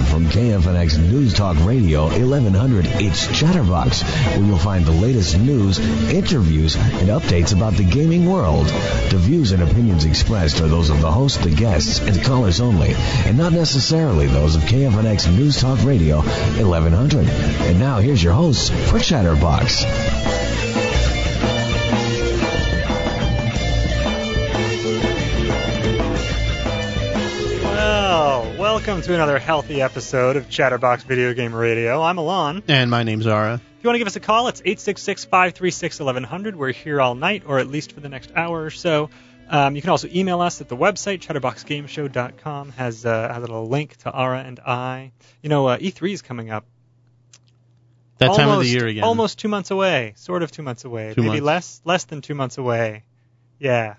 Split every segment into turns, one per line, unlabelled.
KFNX News Talk Radio 1100. It's Chatterbox, where you'll find the latest news, interviews, and updates about the gaming world. The views and opinions expressed are those of the host, the guests, and callers only, and not necessarily those of KFNX News Talk Radio 1100. And now here's your host for Chatterbox.
Well, welcome to another healthy episode of Chatterbox Video Game Radio. I'm Alon. If
And my name's Zara.
you want to give us a call, it's 866 536 1100. We're here all night, or at least for the next hour or so. Um, you can also email us at the website, chatterboxgameshow.com, has, uh, has a little link to Ara and I. You know, uh, E3 is coming up.
That
almost,
time of the year again.
Almost two months away, sort of two months away,
Two
maybe
months.
less less than two months away. Yeah,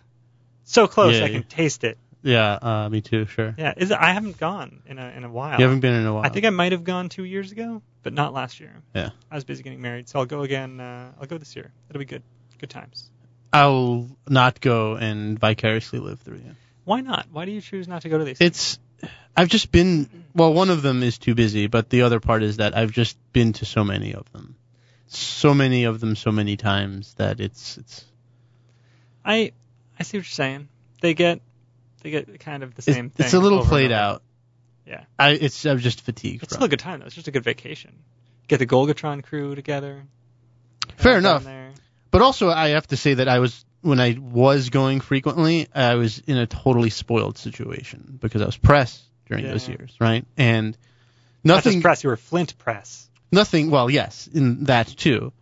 so close,
Yeah,
I can
yeah.
taste it.
Yeah, uh, me too. Sure.
Yeah, is it, I haven't gone in a in a while.
You haven't been in a while.
I think I might have gone two years ago, but not last year.
Yeah.
I was busy getting married, so I'll go again. Uh, I'll go this year. It'll be good. Good times.
I'll not go and vicariously live through you.
Why not? Why do you choose not to go to these?
It's. I've just been. Well, one of them is too busy, but the other part is that I've just been to so many of them, so many of them, so many times that it's it's
I I see what you're saying. They get they get kind of the
it's,
same thing.
it's a little
over and
played
over.
out.
Yeah.
I it's I'm just fatigued.
It's
from
still a
it.
good time though. It's just a good vacation. Get the Golgatron crew together.
Fair
Have fun
enough.
there.
But also, I have to say that I was when I was going frequently, I was in a totally spoiled situation because I was press during
Yeah.
those years, right? And
Not
nothing,
just press. You were Flint Press.
nothing. Well, yes, in that too,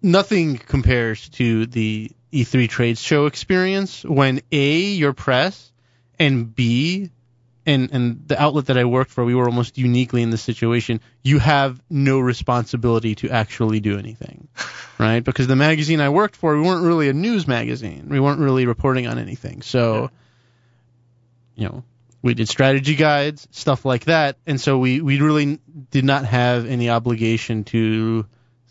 nothing compares to the E3 trade show experience when a your press and b and and the outlet that I worked for, we were almost uniquely in this situation. You have no responsibility to actually do anything, right? Because the magazine I worked for, we weren't really a news magazine. We weren't really reporting on anything. So, you know, we did strategy guides, stuff like that, and so we we really did not have any obligation to,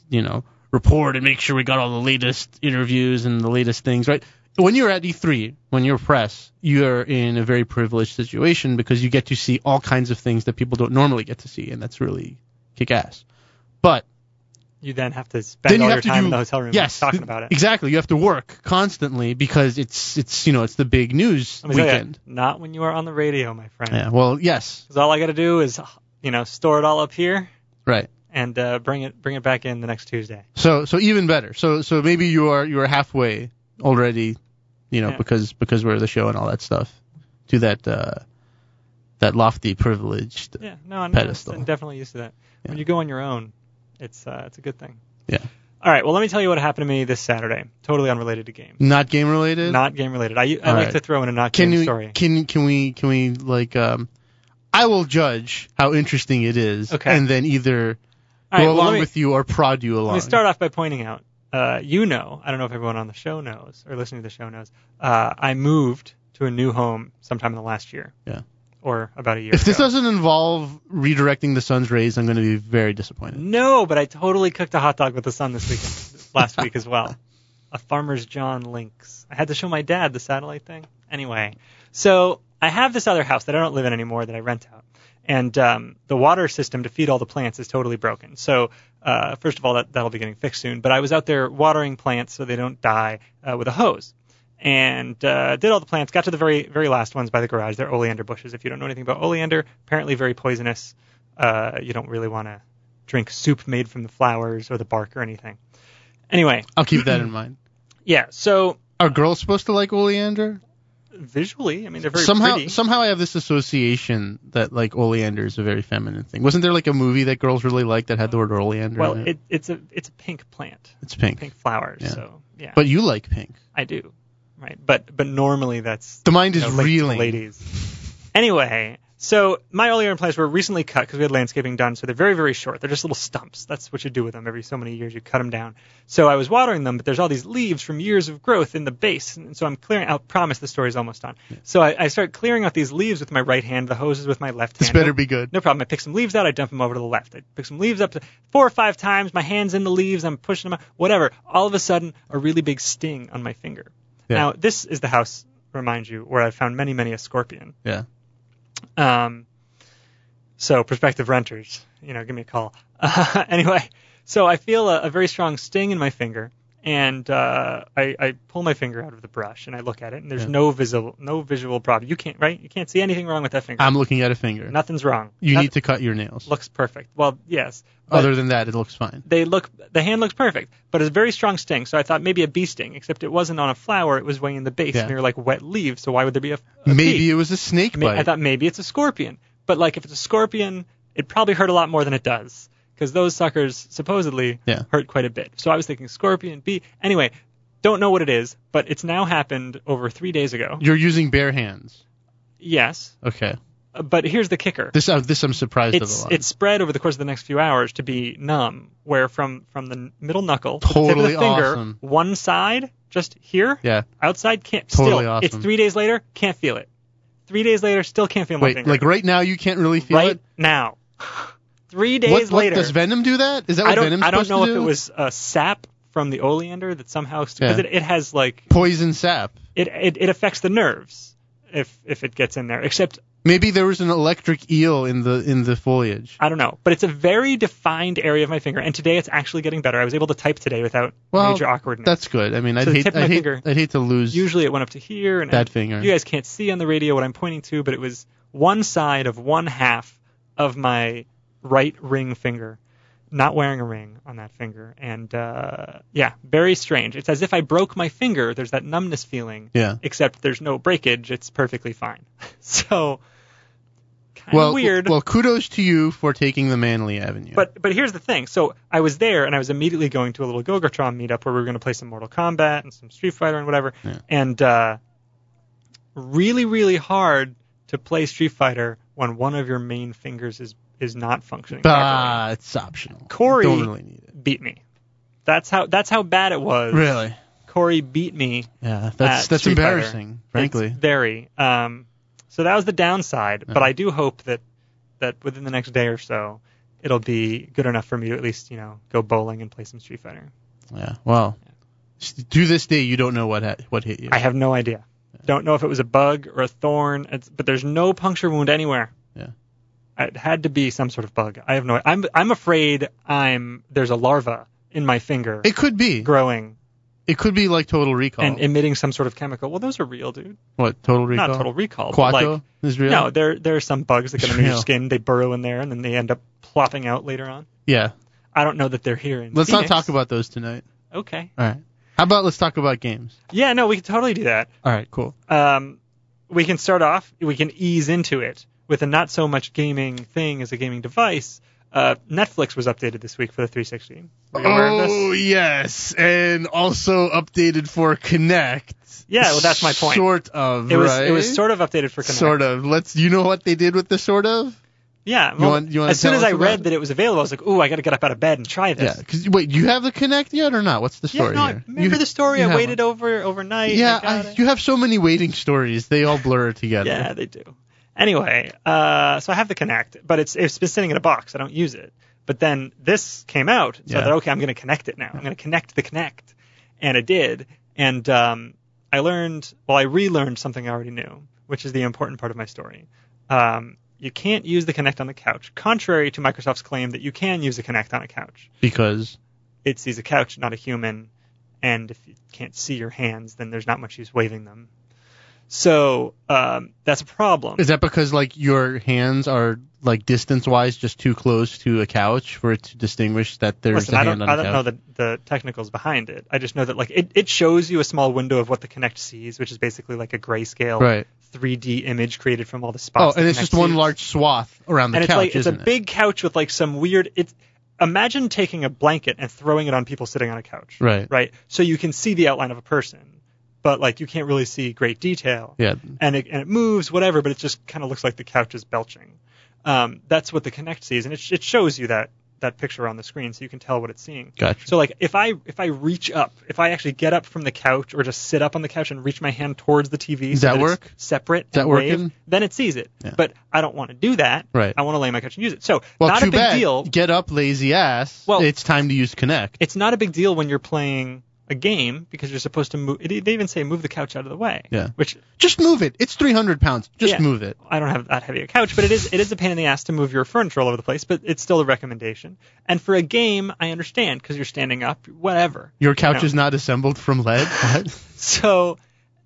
you know, report and make sure we got all the latest interviews and the latest things, right? When you're at E3, when you're press, you're in a very privileged situation because you get to see all kinds of things that people don't normally get to see, and that's really kick ass. But
You then have to spend
then you
all
have
your
to
time
do-
in the hotel room
yes,
talking
th-
about it.
Exactly. You have to work constantly because it's it's you know it's the big news
Let me tell ya,
weekend.
not when you are on the radio, my friend.
Yeah. Well, yes.
Because all I got to do is, you know, store it all up here
Right.
and uh, bring it bring it back in the next Tuesday.
So so even better. So so maybe you are you are halfway already, you know,
Yeah.
because because we're the show and all that stuff, to that uh, that lofty privileged.
Yeah, no, I'm,
Pedestal.
I'm definitely used to that. When
Yeah.
you go on your own, it's uh, it's a good thing.
Yeah.
All right. Well, let me tell you what happened to me this Saturday. Totally unrelated to games.
Not game related.
Not game related. I, I like
All right.
to throw in a not
can
game
you
story.
can can we can we like um, I will judge how interesting it is,
Okay.
and then either
All right,
go
well,
along
let me,
with you or prod you along.
Let me start off by pointing out, uh, you know, I don't know if everyone on the show knows or listening to the show knows, uh, I moved to a new home sometime in the last year.
Yeah.
Or about a year.
If this
ago.
doesn't involve redirecting the sun's rays, I'm going to be very disappointed.
No, but I totally cooked a hot dog with the sun this weekend, last week as well. A Farmer's John Lynx. I had to show my dad the satellite thing. Anyway, so I have this other house that I don't live in anymore that I rent out. And um, the water system to feed all the plants is totally broken. So, uh, first of all, that, that'll be getting fixed soon. But I was out there watering plants so they don't die uh, with a hose. And uh, did all the plants, got to the very, very last ones by the garage. They're oleander bushes. If you don't know anything about oleander, apparently very poisonous. Uh, you don't really want to drink soup made from the flowers or the bark or anything. Anyway,
I'll keep that in mind.
yeah. So
Are girls supposed to like oleander?
visually, I mean, they're very
somehow,
pretty.
somehow I have this association that like oleander is a very feminine thing. Wasn't there like a movie that girls really liked that had the word oleander?
well,
in
it, it's a it's a pink plant,
it's pink.
pink flowers.
Yeah.
So yeah,
But you like pink.
I do, right? But but normally that's
The mind is
you know, linked to
reeling.
ladies. Anyway, so my oleander plants were recently cut because we had landscaping done, so they're very very short. They're just little stumps. That's what you do with them. Every so many years you cut them down. So I was watering them, but there's all these leaves from years of growth in the base, and so I'm clearing. I promise the story's almost done. So I, I start clearing out these leaves with my right hand, the hoses with my left
This
hand.
better be good.
No problem. I pick some leaves out. I dump them over to the left. I pick some leaves up to four or five times. My hands in the leaves. I'm pushing them out. Whatever. All of a sudden, a really big sting on my finger.
Yeah.
Now, this is the house, remind you, where I found many, many a scorpion.
Yeah.
Um, So prospective renters, you know, give me a call. anyway, so I feel a, a very strong sting in my finger, and uh, I, I pull my finger out of the brush and I look at it, and there's
Yeah.
no visible, no visual problem. You can't, right? You can't see anything wrong with that finger.
I'm looking at a finger.
Nothing's wrong.
Um, you
Nothing
need to cut your nails.
looks perfect. Well, yes. but-
Other than that, it looks fine.
they look the hand looks perfect, but it's a very strong sting. So I thought maybe a bee sting, except it wasn't on a flower; it was way in the base,
Yeah.
and they were like wet leaves. So why would there be a, a
Maybe
bee?
it was a snake
Ma-
bite.
I thought maybe it's a scorpion, but like if it's a scorpion, it probably hurt a lot more than it does because those suckers supposedly
Yeah.
hurt quite a bit. So I was thinking scorpion, bee. Anyway, don't know what it is, but it's now happened over three days ago.
You're using bare hands.
Yes,
Okay.
uh, but here's the kicker:
This uh, this I'm surprised of a
it's
lot.
it spread over the course of the next few hours to be numb, where from from the middle knuckle to the
Totally
tip of the finger,
awesome.
one side just here,
yeah.
outside can't
Totally
still. It's
awesome.
three days later, can't feel it. Three days later, still can't feel my
Wait,
finger.
like right now you can't really feel
right
it.
now, three days
What, what-
later.
does Venom do that? Is that what
I don't
Venom's
I don't
supposed
know
to
if
do?
it was a sap from the oleander that somehow because
Yeah.
it, it has like
poison sap.
it, it it affects the nerves if if it gets in there. Except
Maybe there was an electric eel in the in the foliage.
I don't know, but it's a very defined area of my finger, and today it's actually getting better. I was able to type today without
Well,
major awkwardness.
That's good. I mean, I'd
the
hate
tip of my
I'd hate,
finger.
I'd hate to lose
Usually it went up to here, and
that finger.
you guys can't see on the radio what I'm pointing to, but it was one side of one half of my right ring finger. Not wearing a ring on that finger, and uh, yeah, very strange. It's as if I broke my finger. There's that numbness feeling,
Yeah.
except there's no breakage. It's perfectly fine. so kind
Well,
of weird.
well, kudos to you for taking the manly avenue.
But but here's the thing. So I was there and I was immediately going to a little Gogatron meetup where we were going to play some Mortal Kombat and some Street Fighter and whatever.
Yeah.
And uh, really really hard to play Street Fighter when one of your main fingers is is not functioning properly.
ah, it's optional.
Corey-
don't really need it.
Beat me. That's how that's how bad it was.
Really?
Corey beat me.
Yeah,
Uh,
that's that's
Street Fighter.
embarrassing, frankly. Uh-huh.
It's very. Um, so that was the downside. But I do hope that that within the next day or so. It'll be good enough for me to at least, you know, go bowling and play some Street Fighter.
Yeah. Well, s- to this day, you don't know what ha- what hit you.
I have no idea. Don't know if it was a bug or a thorn, it's, but there's no puncture wound anywhere.
Yeah.
It had to be some sort of bug. I have no. I'm I'm afraid I'm there's a larva in my finger
it could be.
growing
It could be like Total Recall.
and emitting some sort of chemical. Well, those are real, dude.
what Total Oh. Recall?
Not total recall. but
Quaco
like,
is real.
no, there there are some bugs that get under your
Real.
skin. They burrow in there and then they end up plopping out later on.
Yeah.
I don't know that they're here in.
Let's
Phoenix.
not talk about those tonight.
Okay.
All right. How about let's talk about games?
Yeah, no, we can totally do that.
All right. Cool.
um, we can start off, we can ease into it with a not so much gaming thing as a gaming device. Uh, Netflix was updated this week for the 360. Were you aware of this?
Oh yes, and also updated for Connect.
Yeah, well, that's my point.
Sort of.
It was
right?
it was sort of updated for Connect.
Sort of. Let's. You know what they did with the sort of?
Yeah. well,
want- you wanna
as soon
tell
as
us
I
about
read
it?
that it was available, I was like, "Ooh, I got to get up out of bed and try
Yeah.
this."
'cause- wait, you have the Connect yet or not? What's the
Yeah,
story
no, I
here?
remember
You-
the story.
you
I
have
waited over overnight. and
Yeah,
I got
I,
it.
you have so many waiting stories. They all blur together.
Yeah, they do. Anyway, uh, so I have the Connect, but it's it's been sitting in a box. I don't use it. But then this came out, so
Yeah.
I thought, okay, I'm going to connect it now. I'm going to connect the Connect, and I did. And um, I learned, well, I relearned something I already knew, which is the important part of my story. Um, you can't use the Connect on the couch, contrary to Microsoft's claim that you can use the Connect on a couch.
Because
It sees a couch, not a human, and if you can't see your hands, then there's not much use waving them. So um, that's a problem.
is that because like your hands are like distance wise just too close to a couch for it to distinguish that there's
Listen,
a
I
hand
don't,
on a
I don't
couch?
know the, the technicals behind it. I just know that like it, it shows you a small window of what the Kinect sees, which is basically like a grayscale
Right.
3D image created from all the
Oh,
spots.
and
the
it's just
Kinect
one
sees.
large swath around the
and it's
couch,
like it's a
isn't
big couch with like some weird. It's imagine taking a blanket and throwing it on people sitting on a couch.
it? Right.
Right. So you can see the outline of a person, but like you can't really see great detail
Yeah.
and it, and it moves, whatever, but it just kind of looks like the couch is belching. Um, that's what the Kinect sees, and it, sh- it shows you that that picture on the screen, so you can tell what it's seeing.
Gotcha.
So like if I if I reach up, if I actually get up from the couch or just sit up on the couch and reach my hand towards the TV,
Does
so
that
it's
work?
separate,
that
and wave,
working?
Then it sees it.
Yeah.
But I don't want to do that.
Right.
I want to lay on my couch and use it. So
well,
not
too
a big
bad.
deal.
Get up, lazy ass.
Well-
it's time to use Connect.
It's not a big deal when you're playing a game because you're supposed to move. It, they even say move the couch out of the way.
Yeah.
Which
Just move it. It's 300 pounds. Just
Yeah.
move it.
I don't have that heavy a couch, but it is it is a pain in the ass to move your furniture all over the place. But it's still a recommendation. And for a game, I understand because you're standing up, whatever.
Your couch
No.
is not assembled from lead. What?
So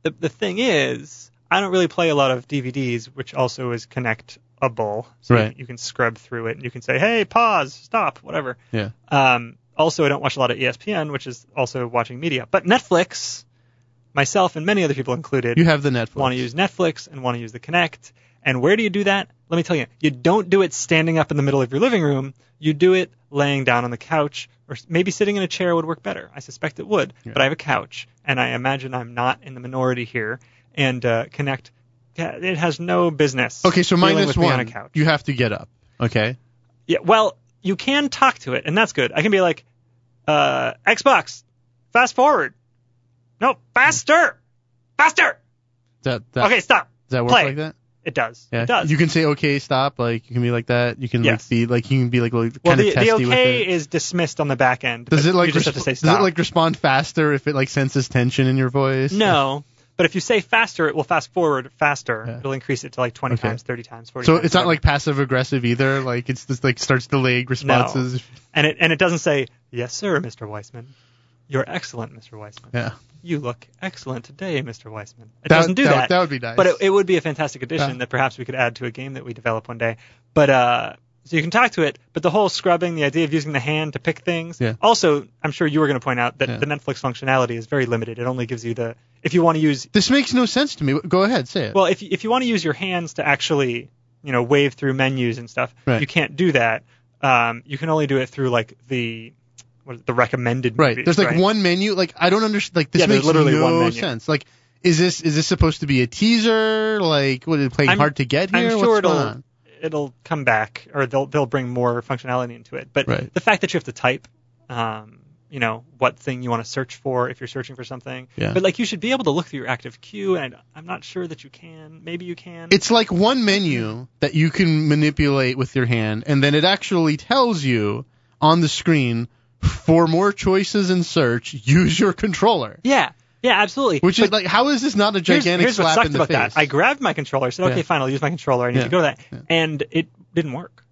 the the thing is, I don't really play a lot of DVDs, which also is connectable. So
Right.
you, you can scrub through it and you can say, hey, pause, stop, whatever.
yeah.
Um, also, I don't watch a lot of E ESPN, which is also watching media. But Netflix, myself and many other people included,
You have the Netflix.
want to use Netflix and want to use the Kinect. And where do you do that? Let me tell you, you don't do it standing up in the middle of your living room. You do it laying down on the couch, or s- maybe sitting in a chair would work better. I suspect it would,
Yeah.
but I have a couch, and I imagine I'm not in the minority here. And uh, Kinect, yeah, it has no business.
Okay, so
dealing
minus
with me
one.
on a couch.
You have to get up. Okay.
Yeah, well, you can talk to it, and that's good. I can be like, uh, Xbox, fast forward. No, faster, faster.
That, that,
Okay,
Does
stop.
that work
play.
like that?
It does.
Yeah.
It does.
You can say okay, stop. Like you can be like that. You can
Yes.
like be like you can be like, like
well,
kind
the,
of testy
the
with
okay
it.
is dismissed on the back end.
Does
but
it like
you just have
resp-
to say
does
stop?
it like respond faster if it like senses tension in your voice?
no? But if you say faster, it will fast forward faster.
Yeah.
It'll increase it to like 20
Okay.
times, 30 times, 40
So
times.
it's not
whatever.
like passive aggressive either. Like it's just like starts delaying responses.
and it and it doesn't say yes sir, Mr. Weissman. You're excellent, Mr. Weissman.
Yeah.
You look excellent today, Mr. Weissman. It
That-
doesn't do
that-
that.
that would be nice.
But it, it would be a fantastic addition
Yeah.
that perhaps we could add to a game that we develop one day. But uh, so you can talk to it. But the whole scrubbing, the idea of using the hand to pick things.
Yeah.
Also, I'm sure you were going to point out that
Yeah.
the Netflix functionality is very limited. It only gives you the if you want to use
This makes no sense to me. Go ahead, say it.
well, if you- if you want to use your hands to actually, you know, wave through menus and stuff,
Right.
you can't do that. Um, you can only do it through like the what is it, the recommended
right.
movies,
There's like
right?
one menu. Like I don't understand. Like this
Yeah, there's
makes
literally
no
one menu.
sense. Like is this is this supposed to be a teaser? Like what is it playing
I'm-
hard to get
I'm
here?
sure
What's
it'll
going on?
it'll come back or they'll they'll bring more functionality into it. But
Right.
the fact that you have to type, um, you know, what thing you want to search for if you're searching for something.
Yeah.
But like you should be able to look through your active queue, and I'm not sure that you can. Maybe you can.
It's like one menu that you can manipulate with your hand, and then it actually tells you on the screen for more choices in search, use your controller.
yeah. Yeah, absolutely.
Which is like, how is this not a
Here's-
gigantic
here's, what
slap
sucked
in the
about
face?
that. I grabbed my controller, said, "Okay,
Yeah.
fine, I'll use my controller. I need
Yeah.
to go to that,"
Yeah.
and it didn't work.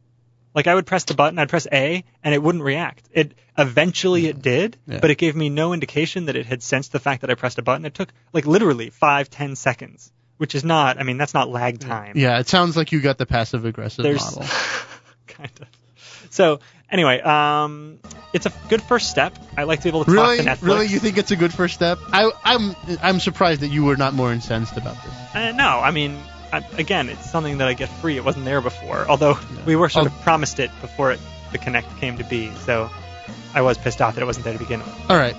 Like I would press the button, I'd press A, and it wouldn't react. It eventually it did,
Yeah.
but it gave me no indication that it had sensed the fact that I pressed a button. It took like literally five, ten seconds, which is not. I mean, that's not lag time.
yeah, it sounds like you got the passive aggressive
There's
model.
kind of. So anyway, um, it's a good first step. I like to be able to
Really,
talk to Netflix.
really, you think it's a good first step? I, I'm, I'm surprised that you were not more incensed about this.
Uh, no, I mean, I, again, it's something that I get free. It wasn't there before, although we were sort of promised it before it, the Connect came to be. So I was pissed off that it wasn't there to begin with.
All right.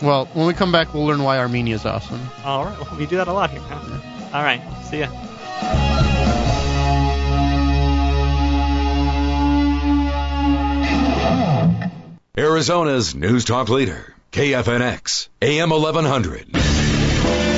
Well, when we come back, we'll learn why Armenia's awesome.
All right, well, we do that a lot here. Huh? All right, see ya.
Arizona's News Talk leader, KFNX, AM 1100.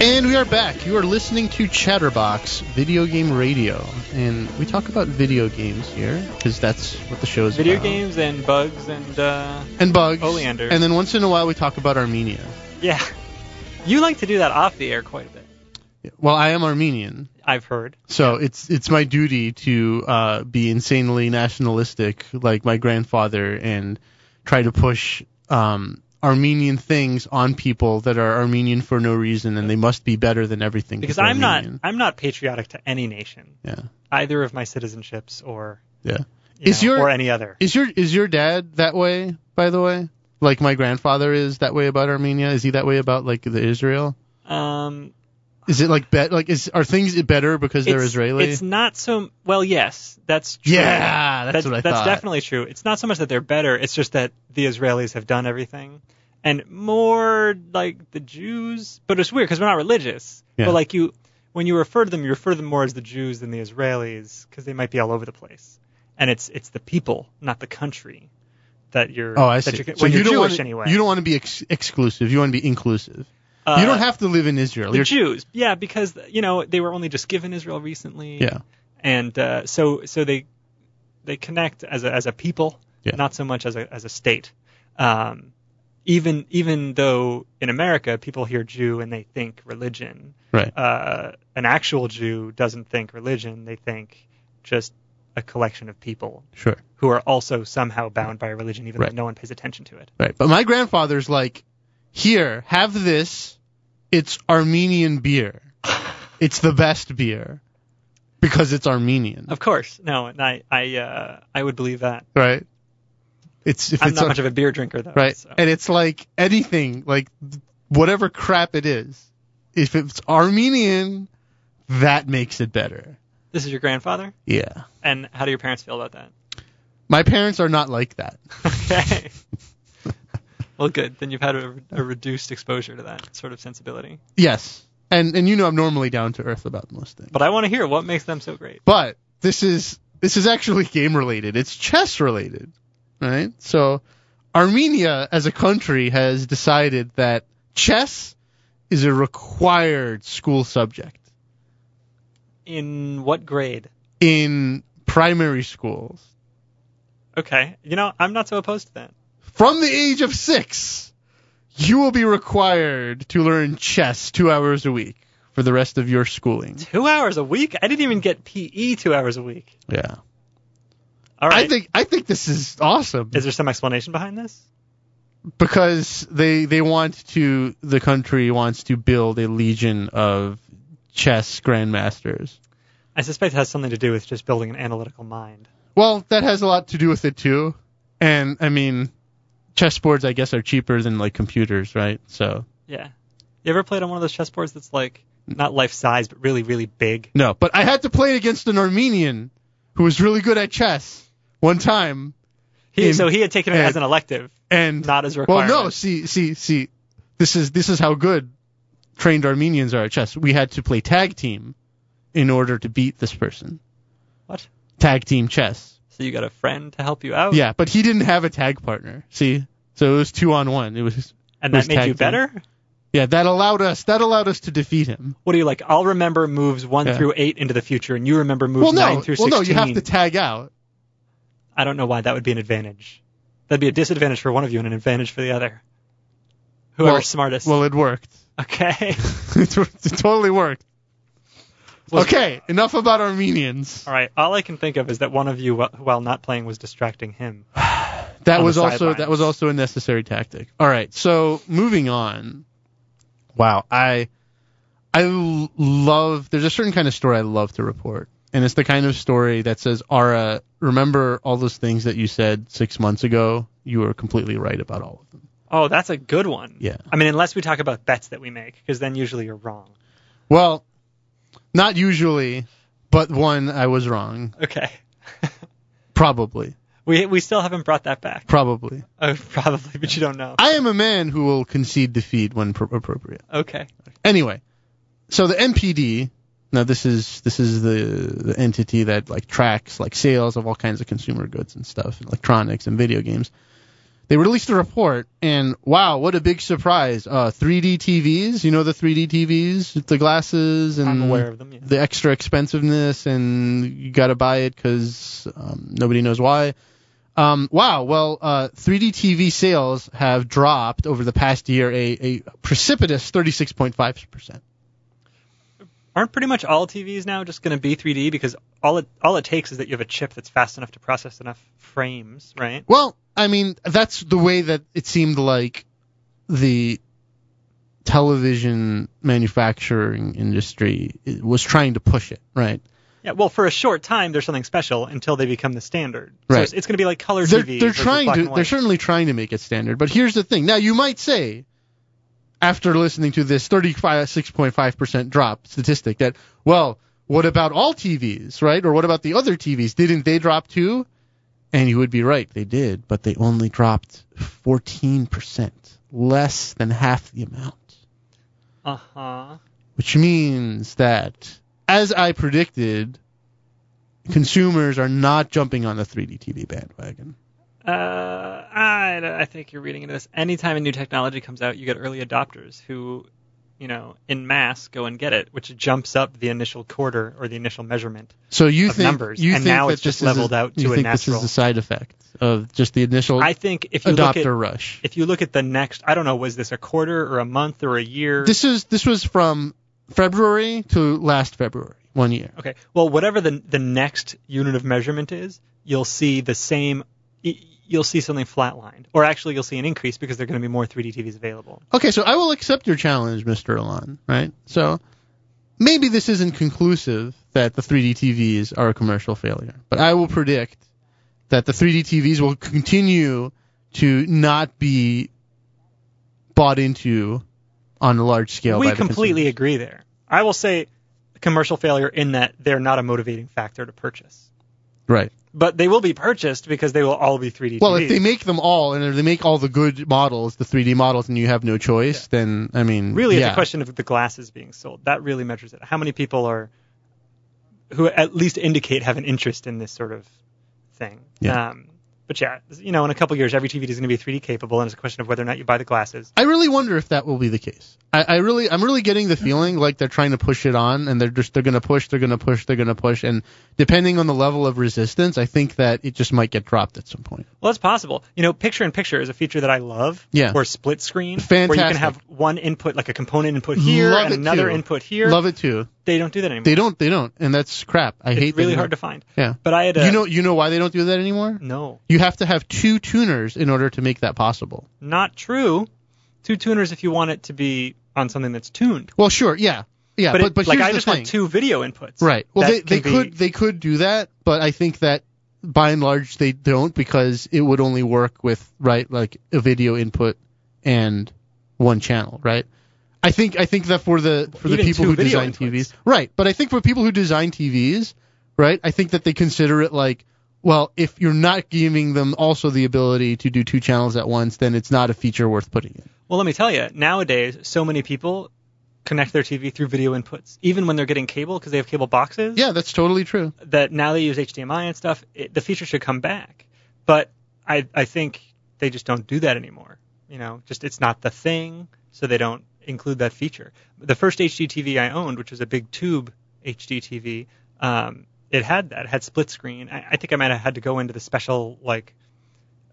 And we are back. You are listening to Chatterbox Video Game Radio, and we talk about video games here because that's what the show is
Video
about.
games and bugs and uh,
and bugs,
Oleander.
and then once in a while we talk about Armenia.
yeah, you like to do that off the air quite a bit.
Well, I am Armenian,
I've heard.
so it's it's my duty to uh, be insanely nationalistic, like my grandfather, and try to push um, Armenian things on people that are Armenian for no reason, and they must be better than everything.
Because
they're
I'm not,
Armenian.
I'm not patriotic to any nation,
Yeah,
either of my citizenships or
yeah.
you
Is
know,
your-
or any other.
Is your is your dad that way? By the way, like my grandfather is that way about Armenia. Is he that way about like the Israel?
Um,
Is it like bet like is are things better because they're
it's,
Israeli?
It's not so well. Yes, that's true.
yeah, that's, what I
that's
thought.
definitely true. It's not so much that they're better; it's just that the Israelis have done everything, and more like the Jews. But it's weird because we're not religious.
Yeah.
But like you, when you refer to them, you refer to them more as the Jews than the Israelis because they might be all over the place, and it's it's the people, not the country, that you're.
oh, I
that
see.
You're,
so
when
you
you're
don't
Jewish
want
anyway.
you don't want to be ex- exclusive. You want to be inclusive.
Uh,
you don't have to live in Israel.
the
You're,
Jews. Yeah, because you know they were only just given Israel recently.
yeah.
and uh, so so they they connect as a as a people,
Yeah.
not so much as a as a state. Um, even even though in America people hear Jew and they think religion,
Right.
uh, an actual Jew doesn't think religion; they think just a collection of people
Sure.
who are also somehow bound by a religion, even
Right.
though no one pays attention to it.
Right. But my grandfather's like, here, have this. It's Armenian beer. It's the best beer because it's Armenian,
Of course, no, and I I uh, I would believe that.
right? It's if
I'm
it's
not
Ar-
much of a beer drinker though.
right,
so-
and it's like anything, like whatever crap it is. If it's Armenian, that makes it better.
This is your grandfather,
Yeah.
and how do your parents feel about that?
My parents are not like that.
Okay. well, good. Then you've had a, a reduced exposure to that sort of sensibility.
Yes. And and you know I'm normally down to earth about most things.
But I want to hear what makes them so great.
But this is this is actually game related. It's chess related, right? So Armenia as a country has decided that chess is a required school subject
In what grade?
in primary schools
Okay. You know, I'm not so opposed to that.
from the age of 6. You will be required to learn chess 2 hours a week for the rest of your schooling.
Two hours a week? I didn't even get PE two hours a week.
Yeah.
All right.
I think I think this is awesome.
Is there some explanation behind this?
because they they want to the country wants to build a legion of chess grandmasters.
I suspect it has something to do with just building an analytical mind.
Well, that has a lot to do with it too. And I mean, chessboards I guess are cheaper than like computers, right? So
Yeah. You ever played on one of those chessboards that's like not life size but really really big?
no, but I had to play against an Armenian who was really good at chess one time,
He,
In-
so he had taken it
and-
as an elective,
and
not as a
well,
requirement.
no, see, see, see, this is this is how good trained Armenians are at chess. We had to play tag team in order to beat this person.
What?
Tag team chess.
So you got a friend to help you out?
Yeah, but he didn't have a tag partner. See, so it was two on one. It was
And
Who's
that made
tag
you
team?
better?
yeah that allowed us that allowed us to defeat him.
What do you like? I'll remember moves one
Yeah.
through eight into the future, and you remember moves
Well, no,
nine through
well, no,
sixteen.
you have to tag out.
I don't know why that would be an advantage. That'd be a disadvantage for one of you and an advantage for the other. Whoever's
Well-
smartest.
Well, it worked.
okay.
it, wor- it totally worked.
Was-
okay, enough about Armenians.
All right. All I can think of is that one of you, wh- while not playing, was distracting him.
That
on
was
the
also that
sidelines.
was also a necessary tactic. All right, so moving on. Wow, I I l- love. There's a certain kind of story I love to report, and it's the kind of story that says, "Ara, remember all those things that you said six months ago? You were completely right about all of them."
Oh, that's a good one.
Yeah.
I mean, unless we talk about bets that we make, because then usually you're wrong.
Well, not usually, but one I was wrong.
Okay.
Probably,
We we still haven't brought that back.
probably.
Oh, probably, but you don't know.
I am a man who will concede defeat when pro- appropriate.
Okay.
anyway, so the NPD. Now this is this is the the entity that like tracks like sales of all kinds of consumer goods and stuff, electronics and video games. They released a report, and wow, what a big surprise! Uh, 3D TVs, you know the 3D TVs, with the glasses and
I'm aware of them. Yeah.
the extra expensiveness and you got to buy it because um, nobody knows why. Um, wow. Well, uh, 3D TV sales have dropped over the past year a, a precipitous 36.5%.
aren't pretty much all TVs now just going to be 3D because all it all it takes is that you have a chip that's fast enough to process enough frames, right?
Well, I mean, that's the way that it seemed like the television manufacturing industry i- was trying to push it, right?
Yeah. Well, for a short time, there's something special until they become the standard.
Right.
So it's, it's going to be like color
they're,
TV.
they're trying to they're
sure.
certainly trying to make it standard but here's the thing now you might say after listening to this 36.5% drop statistic that well what about all tvs right or what about the other tvs didn't they drop too and you would be right they did but they only dropped 14% less than half the amount
Uh huh.
which means that, as I predicted, consumers are not jumping on the 3D TV bandwagon.
Uh, I, I think you're reading into this. Anytime a new technology comes out, you get early adopters who you know, in mass go and get it, which jumps up the initial quarter or the initial measurement.
So you
of
think
numbers,
you
and
think
now
that
it's just
this is a-
leveled out
you
to a
think
natural-
This is a side effect of just the initial
I think if you look
adopter
at
rush.
if you look at the next, I don't know, was this a quarter or a month or a year?
This is this was from February to last February, one year.
Okay. Well, whatever the the next unit of measurement is, you'll see the same. y- You'll see something flatlined, or actually, you'll see an increase because there are going to be more 3D TVs available.
Okay, so I will accept your challenge, Mr. Alon, right? So maybe this isn't conclusive that the 3D TVs are a commercial failure, but I will predict that the 3D TVs will continue to not be bought into on a large scale. by
we
the
completely
consumers.
agree there. I will say commercial failure in that they're not a motivating factor to purchase,
Right.
but they will be purchased because they will all be 3D.
Well,
TVs.
if they make them all and if they make all the good models, the 3D models, and you have no choice, then I mean,
really
yeah.
it's a question of the glasses being sold. That really measures it. How many people are who at least indicate have an interest in this sort of thing.
Yeah.
Um, but yeah, you know, in a couple years, every TV is going to be 3D capable, and it's a question of whether or not you buy the glasses.
I really wonder if that will be the case. I, I really, I'm really getting the feeling like they're trying to push it on, and they're just they're gonna push, they're gonna push, they're gonna push, and depending on the level of resistance, I think that it just might get dropped at some point.
Well, it's possible. You know, picture in picture is a feature that I love.
Yeah.
Or split screen, where you can
Fantastic.
have one input, like a component input here,
Love
and
it
another
too.
input here.
Love it too.
They don't do that anymore.
They don't, they don't, and that's crap. I hate.
it's really
that
hard to find.
Yeah.
But uh, Mm. I had a,
you know, you know why they don't do that anymore?
no,
You have to have two tuners in order to make that possible.
not true. Two tuners if you want it to be on something that's tuned.
Well, sure, yeah, yeah,
but,
but
it, like
here's
I
the
just
thing.
want two video inputs.
Right. Well,
that
they, they
can be-
could they could do that, but I think that by and large they don't because it would only work with right like a video input and one channel, right? I think I think that for the for the
Even
people
two
who
video
design
inputs.
TVs, right? But I think for people who design TVs, right? I think that they consider it like, well, if you're not giving them also the ability to do two channels at once, then it's not a feature worth putting in.
Well, let me tell you, nowadays so many people connect their TV through video inputs, even when they're getting cable because they have cable boxes.
Yeah, that's totally true.
That now they use HDMI and stuff. It, the feature should come back, but I I think they just don't do that anymore. You know, just it's not the thing, so they don't include that feature. The first HDTV I owned, which was a big tube HDTV, um, it had that. It had split screen. I, I think I might have had to go into the special like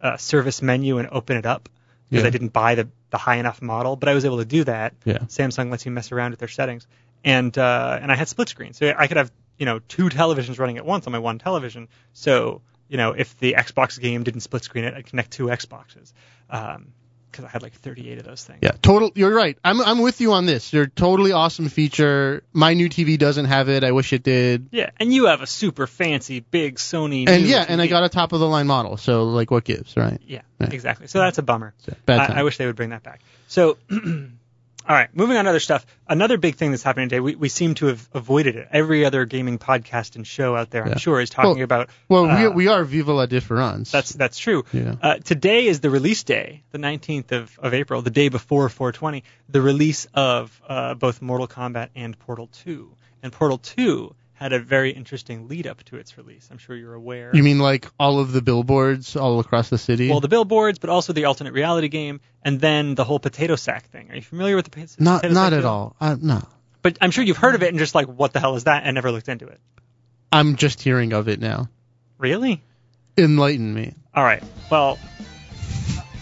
uh, service menu and open it up because
Yeah.
I didn't buy the, the high enough model, but I was able to do that.
Yeah.
Samsung lets you mess around with their settings, and uh, and I had split screen, so I could have you know two televisions running at once on my one television. So you know if the Xbox game didn't split screen it, I'd connect two Xboxes because I had like 38 of those things.
Yeah, total. You're right. I'm I'm with you on this. They're totally awesome feature. My new TV doesn't have it. I wish it did.
Yeah, and you have a super fancy big Sony.
And
new
yeah, and I
TV.
got a top of the line model. So like, what gives, right?
Yeah,
Yeah.
exactly. So that's a bummer.
Bad
I,
time.
I wish they would bring that back. So, all right, moving on to other stuff. Another big thing that's happening today, we, we seem to have avoided it. Every other gaming podcast and show out there, I'm
Yeah.
sure, is talking
Well-
about.
Well,
uh,
we we are viva la difference.
That's that's true.
Yeah.
Uh, today is the release day, the 19th of, of April, the day before 420, the release of uh, both Mortal Kombat and Portal 2. And Portal 2 had a very interesting lead up to its release. I'm sure you're aware.
you mean like all of the billboards all across the city?
Well, the billboards, but also the alternate reality game, and then the whole potato sack thing. Are you familiar with the potato
not
potato
not
sack
at
deal?
all. Uh, no,
But I'm sure you've heard of it and just like, what the hell is that? And never looked into it.
I'm just hearing of it now.
Really?
Enlighten me,
All right. Well,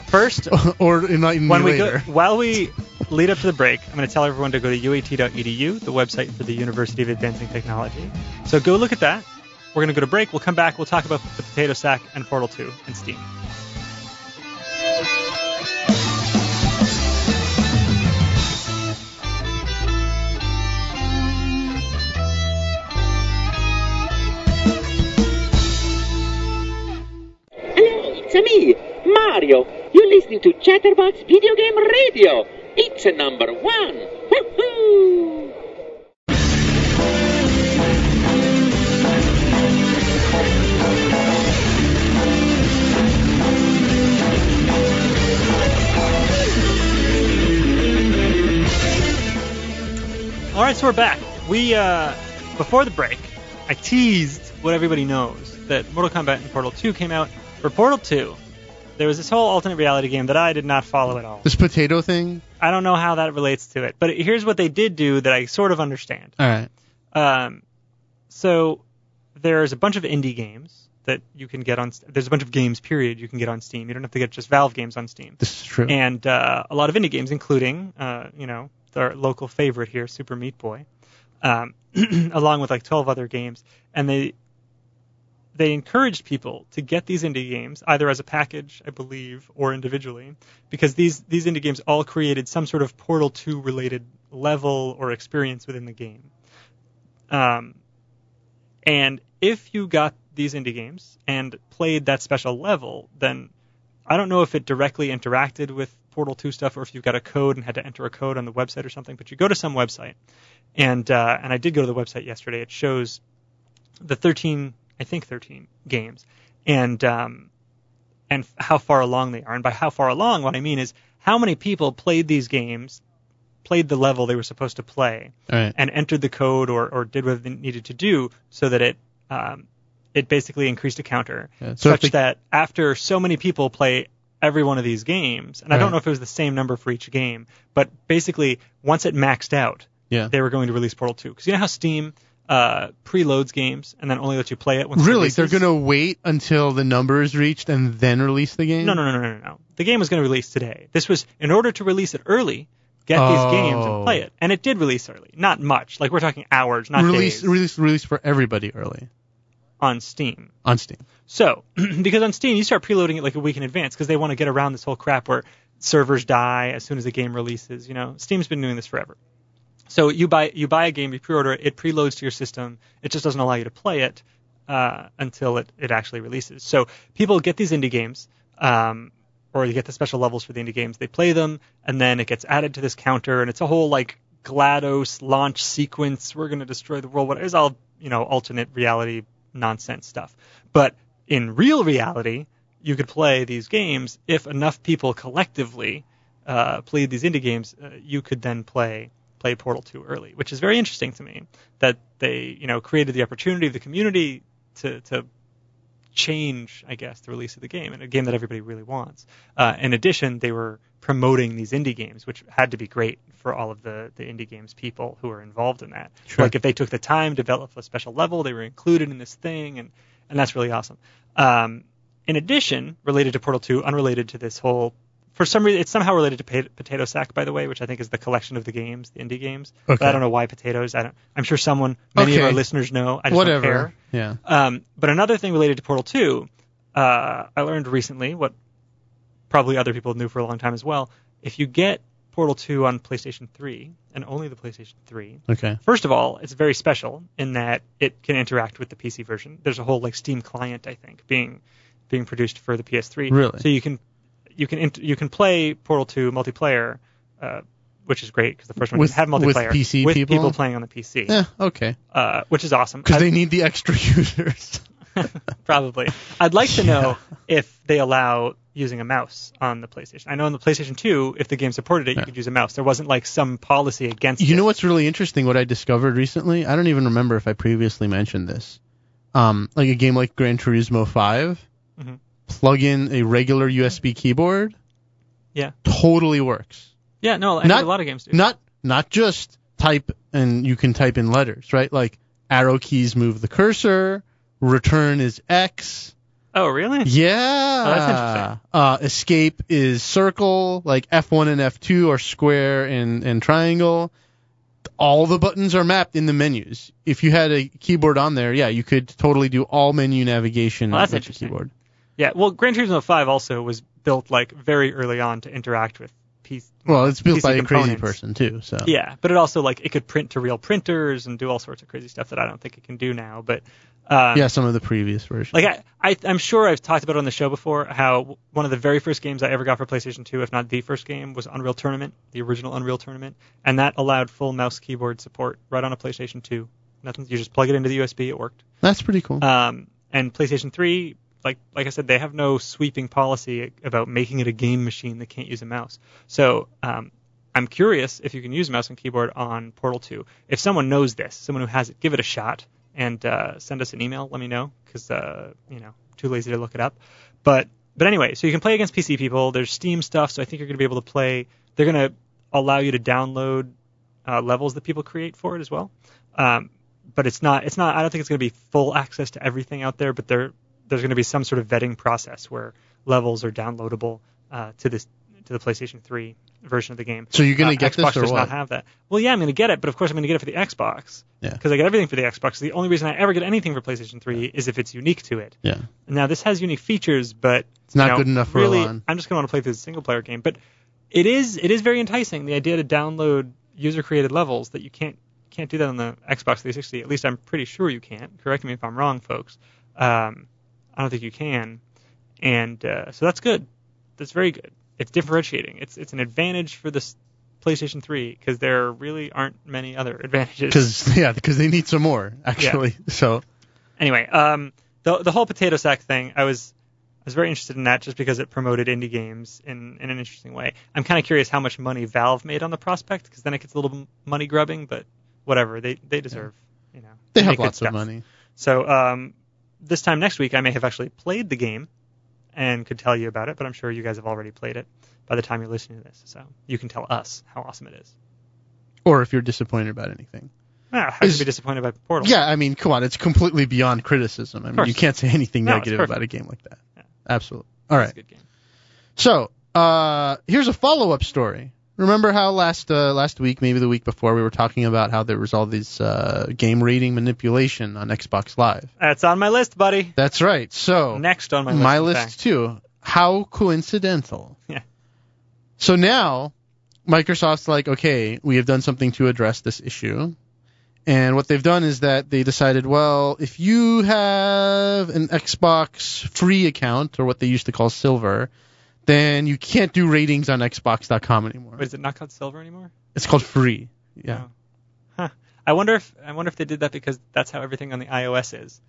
first,
or enlighten
when
me
we go,
later.
while we lead up to the break, I'm going to tell everyone to go to uat.edu, E the website for the University of Advancing Technology. So go look at that. We're going to go to break. We'll come back. We'll talk about the potato sack and Portal 2 and Steam.
Hey, it's me, Mario. You're listening to Chatterbox Video Game Radio. It's number one. Woohoo!
All right, so we're back. We uh, before the break, I teased what everybody knows that Mortal Kombat and Portal 2 came out. For Portal 2, There was this whole alternate reality game that I did not follow at all.
This potato thing.
I don't know how that relates to it, but here's what they did do that I sort of understand.
All right.
Um, so there's a bunch of indie games that you can get on. There's a bunch of games, period, you can get on Steam. You don't have to get just Valve games on Steam.
This is true.
And uh, a lot of indie games, including, uh, you know, our local favorite here, Super Meat Boy, um, along with like 12 other games. And they they encouraged people to get these indie games either as a package, I believe, or individually, because these these indie games all created some sort of Portal 2 related level or experience within the game. Um, and if you got these indie games and played that special level, then I don't know if it directly interacted with Portal 2 stuff or if you got a code and had to enter a code on the website or something, but you go to some website. And uh, and I did go to the website yesterday. It shows the 13, I think 13 games, and um, and f- how far along they are. And by how far along, what I mean is how many people played these games, played the level they were supposed to play,
All right.
and entered the code or, or did what they needed to do so that it um, it basically increased a counter
Yeah, so if
such
they-
that after so many people play every one of these games and I
Right.
don't know if it was the same number for each game but basically once it maxed out
Yeah.
they were going to release Portal 2 because you know how Steam uh, preloads games and then only lets you play it once it
Really? They're
releases?
gonna wait until the number is reached and then release the game?
no no no no no no the game was going to release today this was in order to release it early get these games
Oh.
and play it and it did release early not much like we're talking hours not
Release,
days
release, release for everybody early
on Steam
on Steam.
So, because on Steam, you start preloading it like a week in advance because they want to get around this whole crap where servers die as soon as the game releases. You know, Steam's been doing this forever. So you buy you buy a game, you pre-order it, it preloads to your system. It just doesn't allow you to play it uh, until it, it actually releases. So people get these indie games, um, or you get the special levels for the indie games. They play them, and then it gets added to this counter, and it's a whole like Glados launch sequence. We're going to destroy the world. What is all you know alternate reality nonsense stuff. But in real reality, you could play these games if enough people collectively uh, played these indie games. Uh, you could then play play Portal 2 early, which is very interesting to me that they you know created the opportunity of the community to to change, I guess, the release of the game and a game that everybody really wants. Uh, in addition, they were promoting these indie games, which had to be great for all of the, the indie games people who were involved in that.
Sure.
Like if they took the time to develop a special level, they were included in this thing, and, and that's really awesome. Um, in addition, related to Portal 2, unrelated to this whole, for some reason, it's somehow related to Pota- Potato Sack, by the way, which I think is the collection of the games, the indie games. But
Okay.
I don't know why potatoes. I don't, I'm sure someone, many of
Okay.
our listeners know. I just
Whatever.
don't care.
Yeah.
Um, but another thing related to Portal 2, uh, I learned recently what probably other people knew for a long time as well. If you get Portal 2 on PlayStation 3, and only the PlayStation 3,
Okay.
first of all, it's very special in that it can interact with the PC version. There's a whole like Steam client, I think, being being produced for the PS3.
Really?
So you can you can int- you can play Portal 2 multiplayer, uh, which is great because the first one
With-
didn't have
with
multiplayer
PC
with
people?
people playing on the PC,
Yeah. Okay.
uh, which is awesome.
Because
I-
they need the extra users.
Probably. I'd like to know if they allow using a mouse on the PlayStation. I know on the PlayStation 2, if the game supported it,
Yeah.
you could use a mouse. There wasn't like some policy against
You
it.
know what's really interesting? What I discovered recently? I don't even remember if I previously mentioned this. Um, like a game like Gran Turismo 5,
Mhm.
plug in a regular USB keyboard.
Yeah.
Totally works.
Yeah, no, I know
Not-
a lot of games do.
Not not just type and you can type in letters, right? Like arrow keys move the cursor. Return is X.
oh, really?
Yeah.
Oh, that's interesting.
Uh, escape is circle, like F1 and F2 are square and, and triangle. All the buttons are mapped in the menus. If you had a keyboard on there, yeah, you could totally do all menu navigation
Well, that's
with your
interesting.
keyboard.
Yeah, well, Gran Turismo 5 also was built like very early on to interact with PC.
Well, it's built
PC
by a crazy
components.
person too, so
Yeah, but it also like it could print to real printers and do all sorts of crazy stuff that I don't think it can do now. But um,
yeah, some of the previous versions.
Like I, I, I'm sure I've talked about it on the show before how one of the very first games I ever got for PlayStation 2, if not the first game, was Unreal Tournament, the original Unreal Tournament, and that allowed full mouse keyboard support right on a PlayStation 2. Nothing, you just plug it into the USB, it worked.
that's pretty cool.
Um, and PlayStation 3, like like I said, they have no sweeping policy about making it a game machine that can't use a mouse. So um, I'm curious if you can use mouse and keyboard on Portal 2. If someone knows this, someone who has it, give it a shot and uh, send us an email. Let me know because uh, you know too lazy to look it up. But But anyway, so you can play against PC people. There's Steam stuff, so I think you're going to be able to play. They're going to allow you to download uh, levels that people create for it as well. Um, but it's not it's not I don't think it's going to be full access to everything out there, but there there's going to be some sort of vetting process where levels are downloadable uh, to this to the PlayStation 3 version of the game.
So you're gonna
Uh,
get this
Xbox
or
does
what?
not have that. Well, yeah, I'm going to get it, but of course I'm going to get it for the Xbox
Yeah.
because I get everything for the Xbox. The only reason I ever get anything for PlayStation 3 is if it's unique to it.
Yeah.
Now this has unique features, but
It's not
you know,
good enough for
really,
Elon.
I'm just gonna want to play through the single player game, but it is it is very enticing the idea to download user created levels that you can't can't do that on the Xbox 360. At least I'm pretty sure you can't. Correct me if I'm wrong, folks. Um, I don't think you can, and uh, so that's good. That's very good. It's differentiating. It's it's an advantage for this PlayStation 3 because there really aren't many other advantages.
Because yeah, because they need some more actually. So
anyway, um, the the whole potato sack thing, I was I was very interested in that just because it promoted indie games in in an interesting way. I'm kind of curious how much money Valve made on the prospect because then it gets a little money grubbing, but whatever they they deserve, you know.
they
make
have
good
lots of
stuff.
money.
So um, this time next week, I may have actually played the game and could tell you about it, but I'm sure you guys have already played it by the time you're listening to this, so you can tell us how awesome it is.
Or if you're disappointed about anything.
Ah, how could
Is-
you be disappointed by Portal?
Yeah, I mean, come on, it's completely beyond criticism. I mean,
course.
you can't say anything
No, it's
negative
perfect.
about a game like that.
Yeah.
Absolutely. All
It's
right.
a good game.
So, uh, here's a follow-up story. Remember how last uh, last week, maybe the week before, we were talking about how there was all these uh, game rating manipulation on Xbox Live.
That's on my list, buddy.
That's right. So
Next on my list.
my
in
list
fact.
too. How coincidental.
Yeah.
So now Microsoft's like, okay, we have done something to address this issue. And what they've done is that they decided, well, if you have an Xbox free account or what they used to call silver, then you can't do ratings on Xbox.com anymore.
Wait, is it not called silver anymore?
It's called free. Yeah.
Oh. I wonder if I wonder if they did that because that's how everything on the iOS is.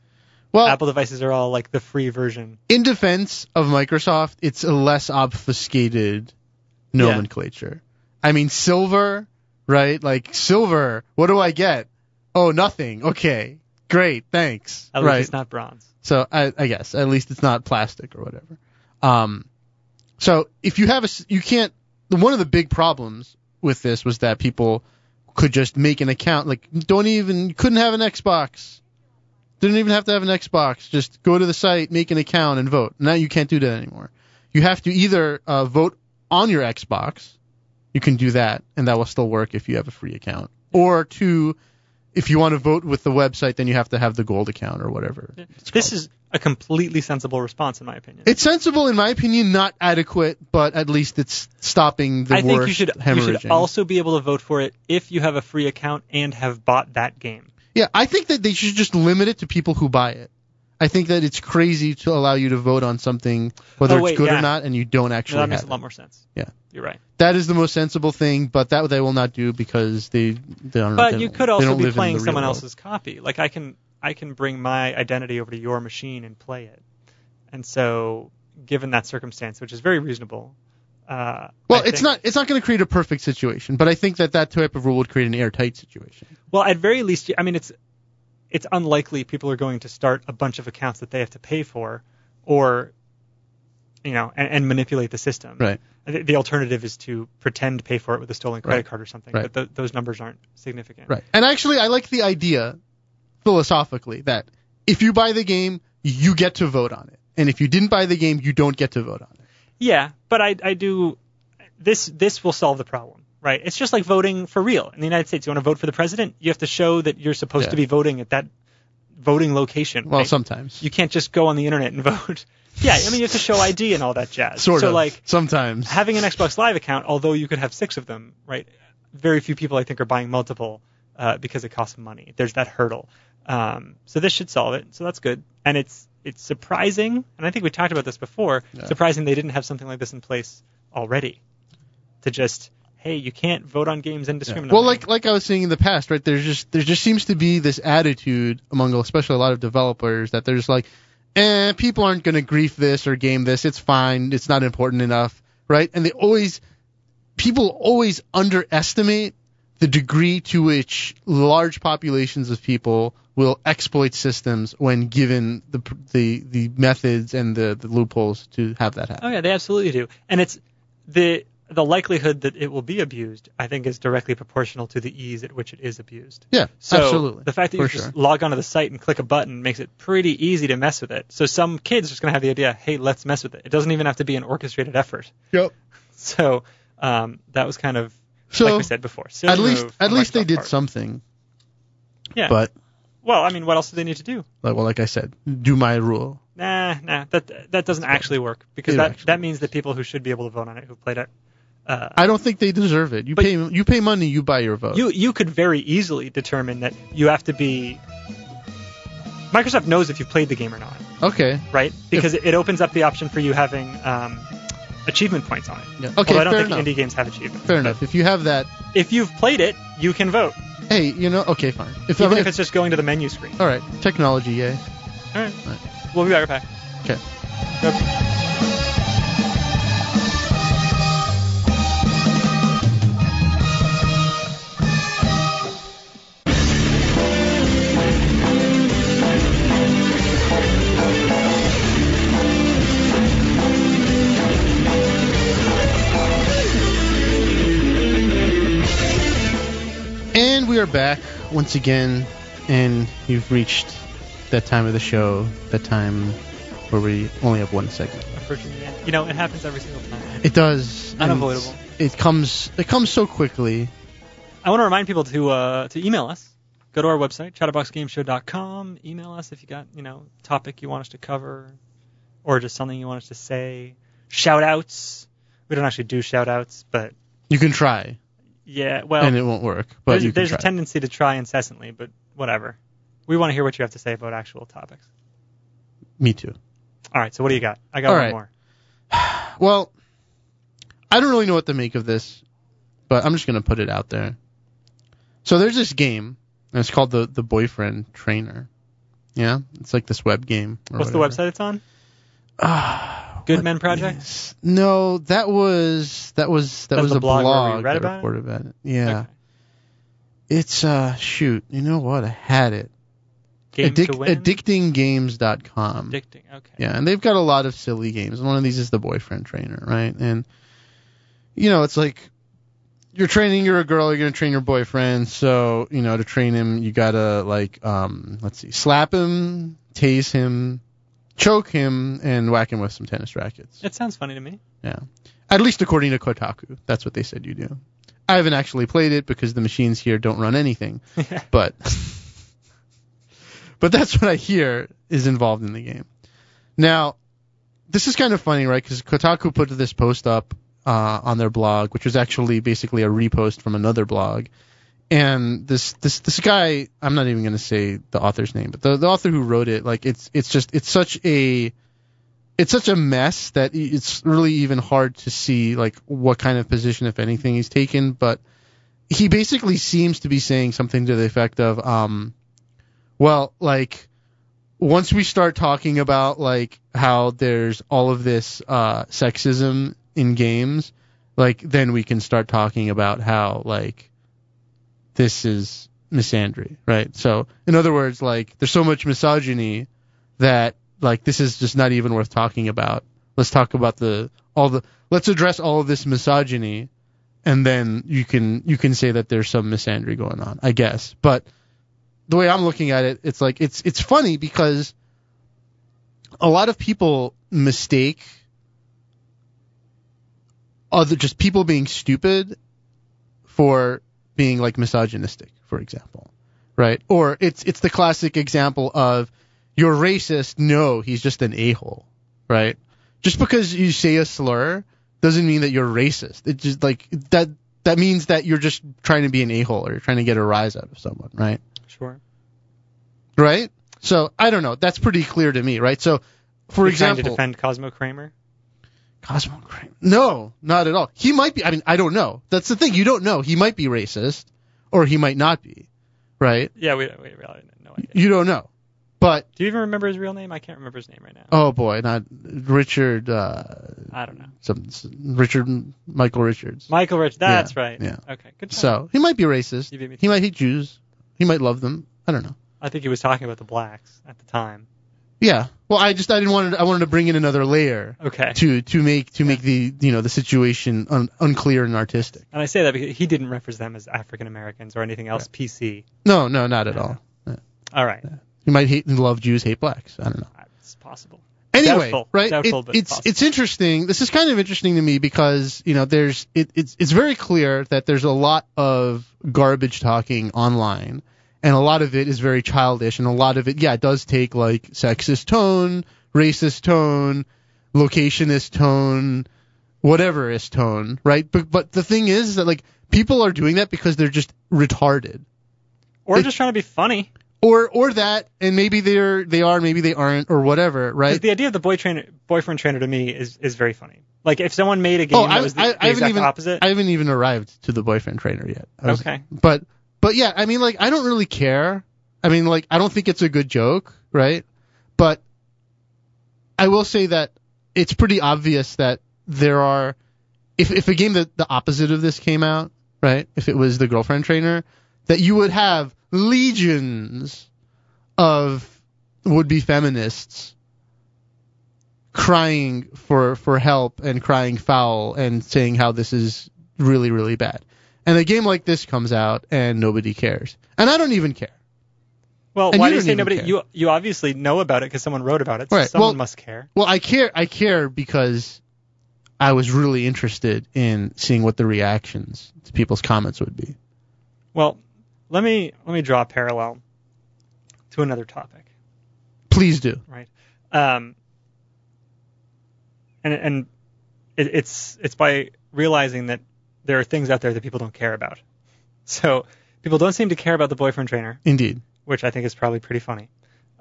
Well,
Apple devices are all like the free version.
in defense of Microsoft, it's a less obfuscated nomenclature. I mean, silver, right? Like silver. What do I get? Oh, nothing. Okay, great, thanks.
At least
right.
it's not bronze.
so I, I guess at least it's not plastic or whatever. Um, so if you have a, s- you can't. One of the big problems with this was that people could just make an account, like don't even couldn't have an Xbox, didn't even have to have an Xbox. Just go to the site, make an account, and vote. Now you can't do that anymore. You have to either uh, vote on your Xbox, you can do that, and that will still work if you have a free account, or two. If you want to vote with the website, then you have to have the gold account or whatever. it's
This
called.
is a completely sensible response in my opinion.
It's sensible, in my opinion, not adequate, but at least it's stopping the
I think
worst
you should you
hemorrhaging.
should also be able to vote for it if you have a free account and have bought that game.
yeah, I think that they should just limit it to people who buy it. I think that it's crazy to allow you to vote on something whether
Oh, wait,
it's good
yeah.
or not, and you don't actually.
that makes
have
a lot
it.
more sense.
Yeah.
You're right.
That is the most sensible thing, but that they will not do because they they don't. they
But you
don't-
could
they
also
don't live
be
in
playing
the real
someone
world.
else's copy. Like I can I can bring my identity over to your machine and play it. And so given that circumstance, which is very reasonable, uh,
Well,
I
it's
think-
not it's not going to create a perfect situation, but I think that that type of rule would create an airtight situation.
Well, at very least, I mean, it's it's unlikely people are going to start a bunch of accounts that they have to pay for, or you know, and, and manipulate the system.
Right.
The, the alternative is to pretend to pay for it with a stolen credit
Right.
card or something.
Right.
But th- those numbers aren't significant.
Right. And actually, I like the idea philosophically that if you buy the game, you get to vote on it. And if you didn't buy the game, you don't get to vote on it.
Yeah, but I I do this this will solve the problem. Right. It's just like voting for real in the United States. You want to vote for the president, you have to show that you're supposed
Yeah.
to be voting at that voting location.
Well,
right?
sometimes.
you can't just go on the internet and vote. yeah, I mean you have to show ID and all that jazz.
sort
so
of.
like
sometimes.
having an Xbox Live account, although you could have six of them, right? Very few people, I think, are buying multiple uh, because it costs money. There's that hurdle. Um, so this should solve it. So that's good. And it's it's surprising, and I think we talked about this before. Surprising they didn't have something like this in place already. To just hey, you can't vote on games indiscriminately.
Well, like like I was saying in the past, right? There's just there just seems to be this attitude among especially a lot of developers that they're just like, eh, people aren't going to grief this or game this. It's fine. It's not important enough, right? And they always people always underestimate the degree to which large populations of people will exploit systems when given the pr- the, the methods and the, the loopholes to have that happen.
Oh yeah, they absolutely do. And it's the the likelihood that it will be abused, I think, is directly proportional to the ease at which it is abused.
Yeah,
So
absolutely.
the fact that
For
you just
sure.
log onto the site and click a button makes it pretty easy to mess with it. So some kids are just gonna have the idea, hey, let's mess with it. It doesn't even have to be an orchestrated effort.
Yep.
So um, that was kind of like
So
we said before. silly
at least
move
at
on
least they
Microsoft's
did
part.
something.
Yeah.
But
Well, I mean, what else do they need to do?
like well, like I said, do my rule.
Nah, nah, that that doesn't actually work because
It
that
actually
that means that people who should be able to vote on it who played it. Uh,
I don't think they deserve it. You
But-
pay you pay money, you buy your vote.
you you could very easily determine that you have to be Microsoft knows if you've played the game or not,
okay.
right? Because it opens up the option for you having um, achievement points on it.
Yeah.
Although
Okay,
I don't
fair
think
enough.
indie games have achievements.
Fair enough. If you have that,
If you've played it, you can vote,
hey, you know, okay, fine. If,
even
I'm-
if it's just going to the menu screen.
all right, technology, yay.
All right,
All right.
we'll be right back.
Okay. And we are back once again, and you've reached that time of the show, that time where we only have one segment.
Approaching the end. You know, it happens every single time.
It does and
Unavoidable.
It comes. It comes so quickly.
I want to remind people to uh, to email us. Go to our website, chatterboxgameshow.com. Email us if you got you know topic you want us to cover, or just something you want us to say. Shout outs. We don't actually do shout outs, but
You can try,
yeah, well,
and it won't work. But
there's,
you can
there's
try.
a tendency to try incessantly, but whatever. We want to hear what you have to say about actual topics.
Me too.
All right, so what do you got? I got
All
one
right.
more.
Well, I don't really know what to make of this, but I'm just gonna put it out there. So there's this game, and it's called the the Boyfriend Trainer. Yeah, it's like this web game. or
What's
whatever. Ah,
the website it's on? Good Men Project.
Yes. No, that was that was that
That's
was
the
a
blog
blog,
where we read
that
about it?
reported about it. Yeah,
Okay.
it's uh shoot. You know what? I had it.
Game
Addic-
to win.
addictinggames.com.
Addicting. Okay.
yeah, and they've got a lot of silly games. And one of these is the boyfriend trainer, right? And you know, it's like you're training you're a girl, you're gonna train your boyfriend, so you know, to train him you gotta like um let's see, slap him, tase him, choke him, and whack him with some tennis rackets.
It sounds funny to me.
At least according to Kotaku, that's what they said you do. I haven't actually played it because the machines here don't run anything, but but that's what I hear is involved in the game. Now, this is kind of funny, right? Because Kotaku put this post up uh, on their blog, which was actually basically a repost from another blog. And this this this guy, I'm not even going to say the author's name, but the, the author who wrote it, like it's it's just it's such a it's such a mess that i- it's really even hard to see like what kind of position, if anything, he's taken. But he basically seems to be saying something to the effect of, um, well, like once we start talking about like how there's all of this uh, sexism in games, like then we can start talking about how like this is misandry, right? So in other words, like there's so much misogyny that like this is just not even worth talking about. Let's talk about the all the let's address all of this misogyny and then you can you can say that there's some misandry going on, I guess. But the way I'm looking at it, it's like it's it's funny because a lot of people mistake other just people being stupid for being like misogynistic, for example. Right? Or it's it's the classic example of you're racist. No, he's just an a hole, right? Just because you say a slur doesn't mean that you're racist. It just like that that means that you're just trying to be an a hole or you're trying to get a rise out of someone, right?
Sure.
Right? So I don't know. That's pretty clear to me, right? So for
You're trying to
example,
defend Cosmo Kramer.
Cosmo Kramer. No, not at all. He might be. I mean, I don't know. That's the thing. You don't know. He might be racist, or he might not be, right?
Yeah, we we really have no idea.
You don't know. But
Do you even remember his real name? I can't remember his name right now.
oh boy, not Richard. Uh,
I don't know.
some Richard Michael Richards.
Michael Rich. That's right.
yeah.
Okay. Good. Job.
So he might be racist.
You beat me to
He might hate Jews. He might love them. I don't know.
I think he was talking about the blacks at the time.
Yeah. Well, I just I didn't want to, I wanted to bring in another layer
Okay.
to to make to make the you know the situation un, unclear and artistic.
And I say that because he didn't reference them as African Americans or anything else PC.
No, no, not at all.
All right.
He might hate and love Jews, hate blacks. I don't know.
It's possible.
Anyway,
Doubtful.
right?
Doubtful,
it-
but
it's
possible.
it's interesting. This is kind of interesting to me because you know there's it, it's it's very clear that there's a lot of garbage talking online, and a lot of it is very childish, and a lot of it yeah it does take like sexist tone, racist tone, locationist tone, whatever is tone, right? But but the thing is that like people are doing that because they're just retarded
Or
It-
just trying to be funny.
or or that, and maybe they're they are, maybe they aren't, or whatever,
'Cause
right?
the idea of the boy trainer, boyfriend trainer to me is, is very funny. Like if someone made
Oh,
a game that was the, the exact
even
opposite.
I haven't even arrived to the boyfriend trainer yet. I was-
Okay.
but but yeah, I mean like I don't really care. I mean like I don't think it's a good joke, right? But I will say that it's pretty obvious that there are if if a game that the opposite of this came out, right? If it was the girlfriend trainer, that you would have legions of would be feminists crying for for help and crying foul and saying how this is really really bad. And a game like this comes out and nobody cares. And I don't even care.
well,
and
why
you
do you
don't
say
even
nobody?
care.
You you obviously know about it because someone wrote about it. So
Right,
Someone
well-
must care.
Well, I care I care because I was really interested in seeing what the reactions to people's comments would be.
Well, let me let me draw a parallel to another topic.
Please do.
right? Um, and and it, it's it's by realizing that there are things out there that people don't care about. So people don't seem to care about the boyfriend trainer,
Indeed.
which I think is probably pretty funny.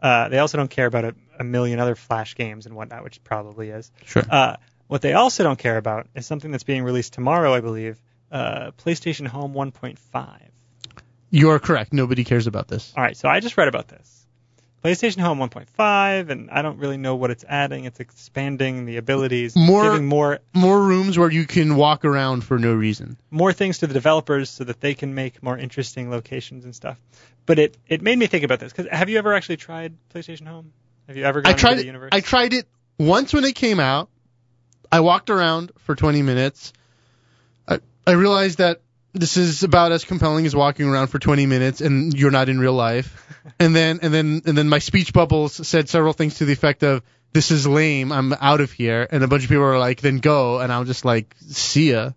Uh, they also don't care about a, a million other Flash games and whatnot, which probably is.
Sure.
Uh, what they also don't care about is something that's being released tomorrow, I believe, uh, PlayStation Home 1.5.
You are correct. Nobody cares about this.
All right, so I just read about this. PlayStation Home 1.5, and I don't really know what it's adding. It's expanding the abilities,
More-
giving more
More rooms where you can walk around for no reason.
more things to the developers so that they can make more interesting locations and stuff. But it it made me think about this because have you ever actually tried PlayStation Home? Have you ever gone
I tried
into the
it.
universe?
I tried it once when it came out. I walked around for 20 minutes. I, I realized that this is about as compelling as walking around for 20 minutes and you're not in real life. And then and then and then my speech bubbles said several things to the effect of this is lame. I'm out of here. And a bunch of people were like, then go. And I'm just like, see ya.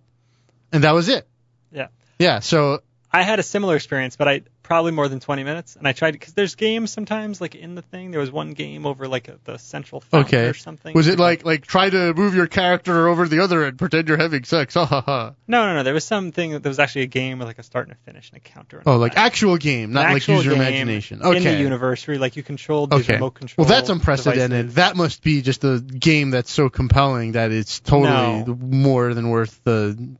And that was it.
Yeah.
Yeah. So
I had a similar experience, but I probably more than 20 minutes, and I tried because there's games sometimes like in the thing. There was one game over like the central fountain
Okay.
or something.
was it like like try to move your character over the other and pretend you're having sex? Ha ha ha.
No, no, no. There was something that there was actually a game with like a start and a finish and a counter. And
Oh,
all
like
that.
actual game, not
An
like
actual
user
game
imagination. Okay.
In the universe, where like you controlled these
okay.
remote control.
Well, that's unprecedented.
devices.
That must be just a game that's so compelling that it's totally
No.
more than worth the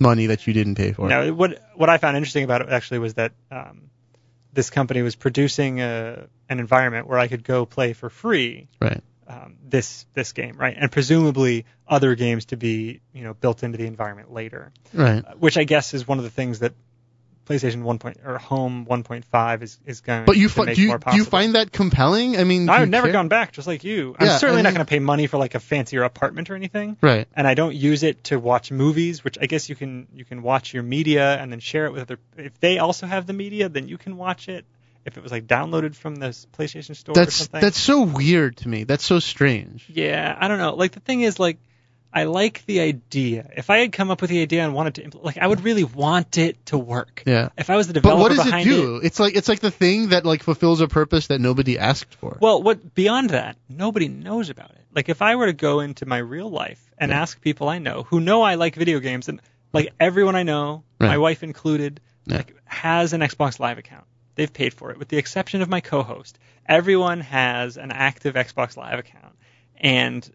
money that you didn't pay for.
No, it- what what I found interesting about it actually was that um, this company was producing a, an environment where I could go play for free
Right.
um, this this game, right? And presumably other games to be you know built into the environment later,
Right.
which I guess is one of the things that PlayStation 1. Point, or Home 1.5 is is going.
But you
to
fi-
make
do you,
more
do you
possible.
find that compelling? I mean, do
I've
you
never
care?
gone back, just like you. I'm
Yeah,
certainly
I
not
mean-
going to pay money for like a fancier apartment or anything.
Right.
And I don't use it to watch movies, which I guess you can you can watch your media and then share it with other. If they also have the media, then you can watch it. If it was like downloaded from the s- PlayStation Store or
That's
something.
that's so weird to me. That's so strange.
yeah, I don't know. Like the thing is, like I like the idea. If I had come up with the idea and wanted to impl- like I would really want it to work.
Yeah.
If I was the
But
developer
what does it
behind
do? It's like it's like the thing that like fulfills a purpose that nobody asked for.
Well, what beyond that, nobody knows about it. Like if I were to go into my real life and ask people I know who know I like video games and like everyone I know,
Right.
my wife included,
Yeah.
like has an Xbox Live account. They've paid for it with the exception of my co-host. Everyone has an active Xbox Live account and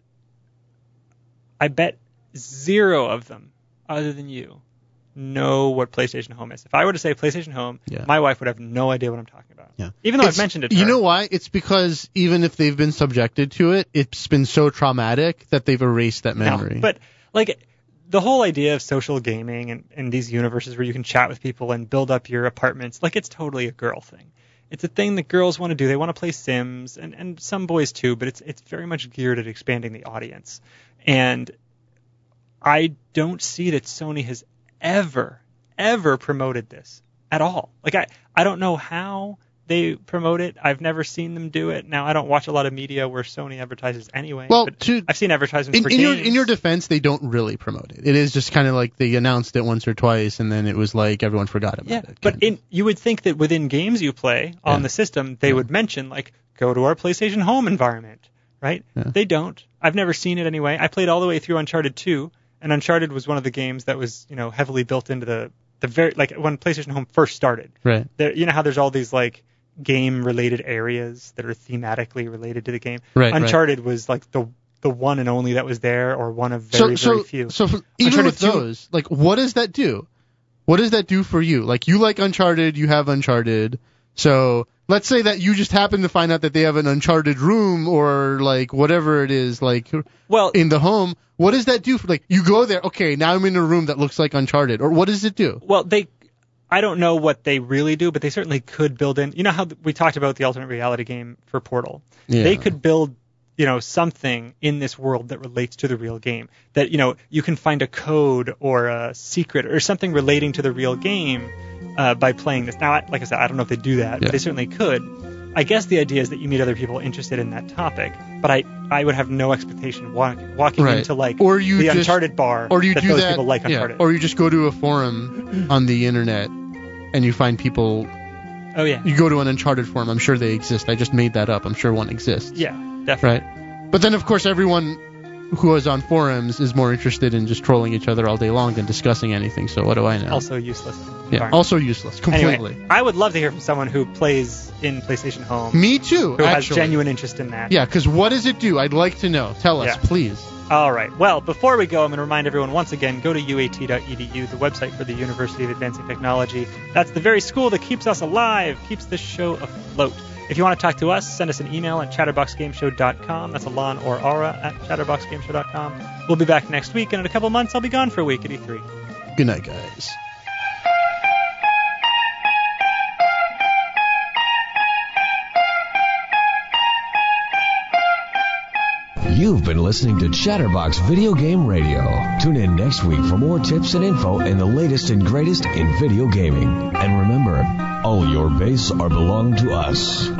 I bet zero of them other than you know what PlayStation Home is. If I were to say PlayStation Home,
Yeah.
my wife would have no idea what I'm talking about.
Yeah.
Even though
It's-
I've mentioned it. To
You
her.
know why? It's because even if they've been subjected to it, it's been so traumatic that they've erased that
No,
memory.
but like the whole idea of social gaming and, and these universes where you can chat with people and build up your apartments, like it's totally a girl thing. It's a thing that girls want to do. They want to play Sims and, and some boys too, but it's it's very much geared at expanding the audience. And I don't see that Sony has ever, ever promoted this at all. Like I, I don't know how they promote it. I've never seen them do it. Now I don't watch a lot of media where Sony advertises anyway.
Well,
but
to-
I've seen advertisements
in,
for
in your
games.
in your defense, they don't really promote it. It is just kind of like they announced it once or twice, and then it was like everyone forgot about
Yeah,
it.
but
kinda.
in you would think that within games you play on
Yeah.
the system, they would mention like go to our PlayStation Home environment, right? They don't. I've never seen it anyway. I played all the way through Uncharted 2, and Uncharted was one of the games that was you know heavily built into the the very like when PlayStation Home first started.
right.
There, you know how there's all these like game related areas that are thematically related to the game.
Right, right.
Uncharted was like the the one and only that was there, or one of
So
very
so
very few.
so for, even
Uncharted
with
2
those, like, what does that do? What does that do for you? Like, you like Uncharted, you have Uncharted. So let's say that you just happen to find out that they have an Uncharted room or like whatever it is, like
well,
in the home. What does that do for like you go there? Okay, now I'm in a room that looks like Uncharted, or what does it do?
Well, they, I don't know what they really do, but they certainly could build in. You know how th- we talked about the alternate reality game for Portal. They
Yeah.
could build, you know, something in this world that relates to the real game. That you know you can find a code or a secret or something relating to the real game uh, by playing this. Now, I- like I said, I don't know if they do that,
Yeah.
but they certainly could. I guess the idea is that you meet other people interested in that topic, but I, I would have no expectation walk, walking
Right.
into like
Or you
the
just-
Uncharted bar
Or you
that
do
those
that,
people like
yeah,
Uncharted.
or you just go to a forum on the internet and you find people.
oh yeah,
You go to an Uncharted forum. I'm sure they exist. I just made that up. I'm sure one exists.
yeah, definitely.
Right. But then, of course, everyone who is on forums is more interested in just trolling each other all day long than discussing anything. So what do I know?
also useless.
yeah.
environment.
Also useless.
anyway,
Completely.
I would love to hear from someone who plays in PlayStation Home,
Me too.
who has
actually.
genuine interest in that.
Yeah. Because what does it do? I'd like to know. Tell us,
Yeah.
please.
All right. Well, before we go, I'm going to remind everyone once again go to uat.edu, E the website for the University of Advancing Technology. That's the very school that keeps us alive, keeps this show afloat. If you want to talk to us, send us an email at chatterboxgameshow.com. That's Alon or Aura at chatterboxgameshow.com. We'll be back next week, and in a couple months, I'll be gone for a week at E E3.
Good night, guys.
You've been listening to Chatterbox Video Game Radio. Tune in next week for more tips and info and the latest and greatest in video gaming. And remember, all your bass are belong to us.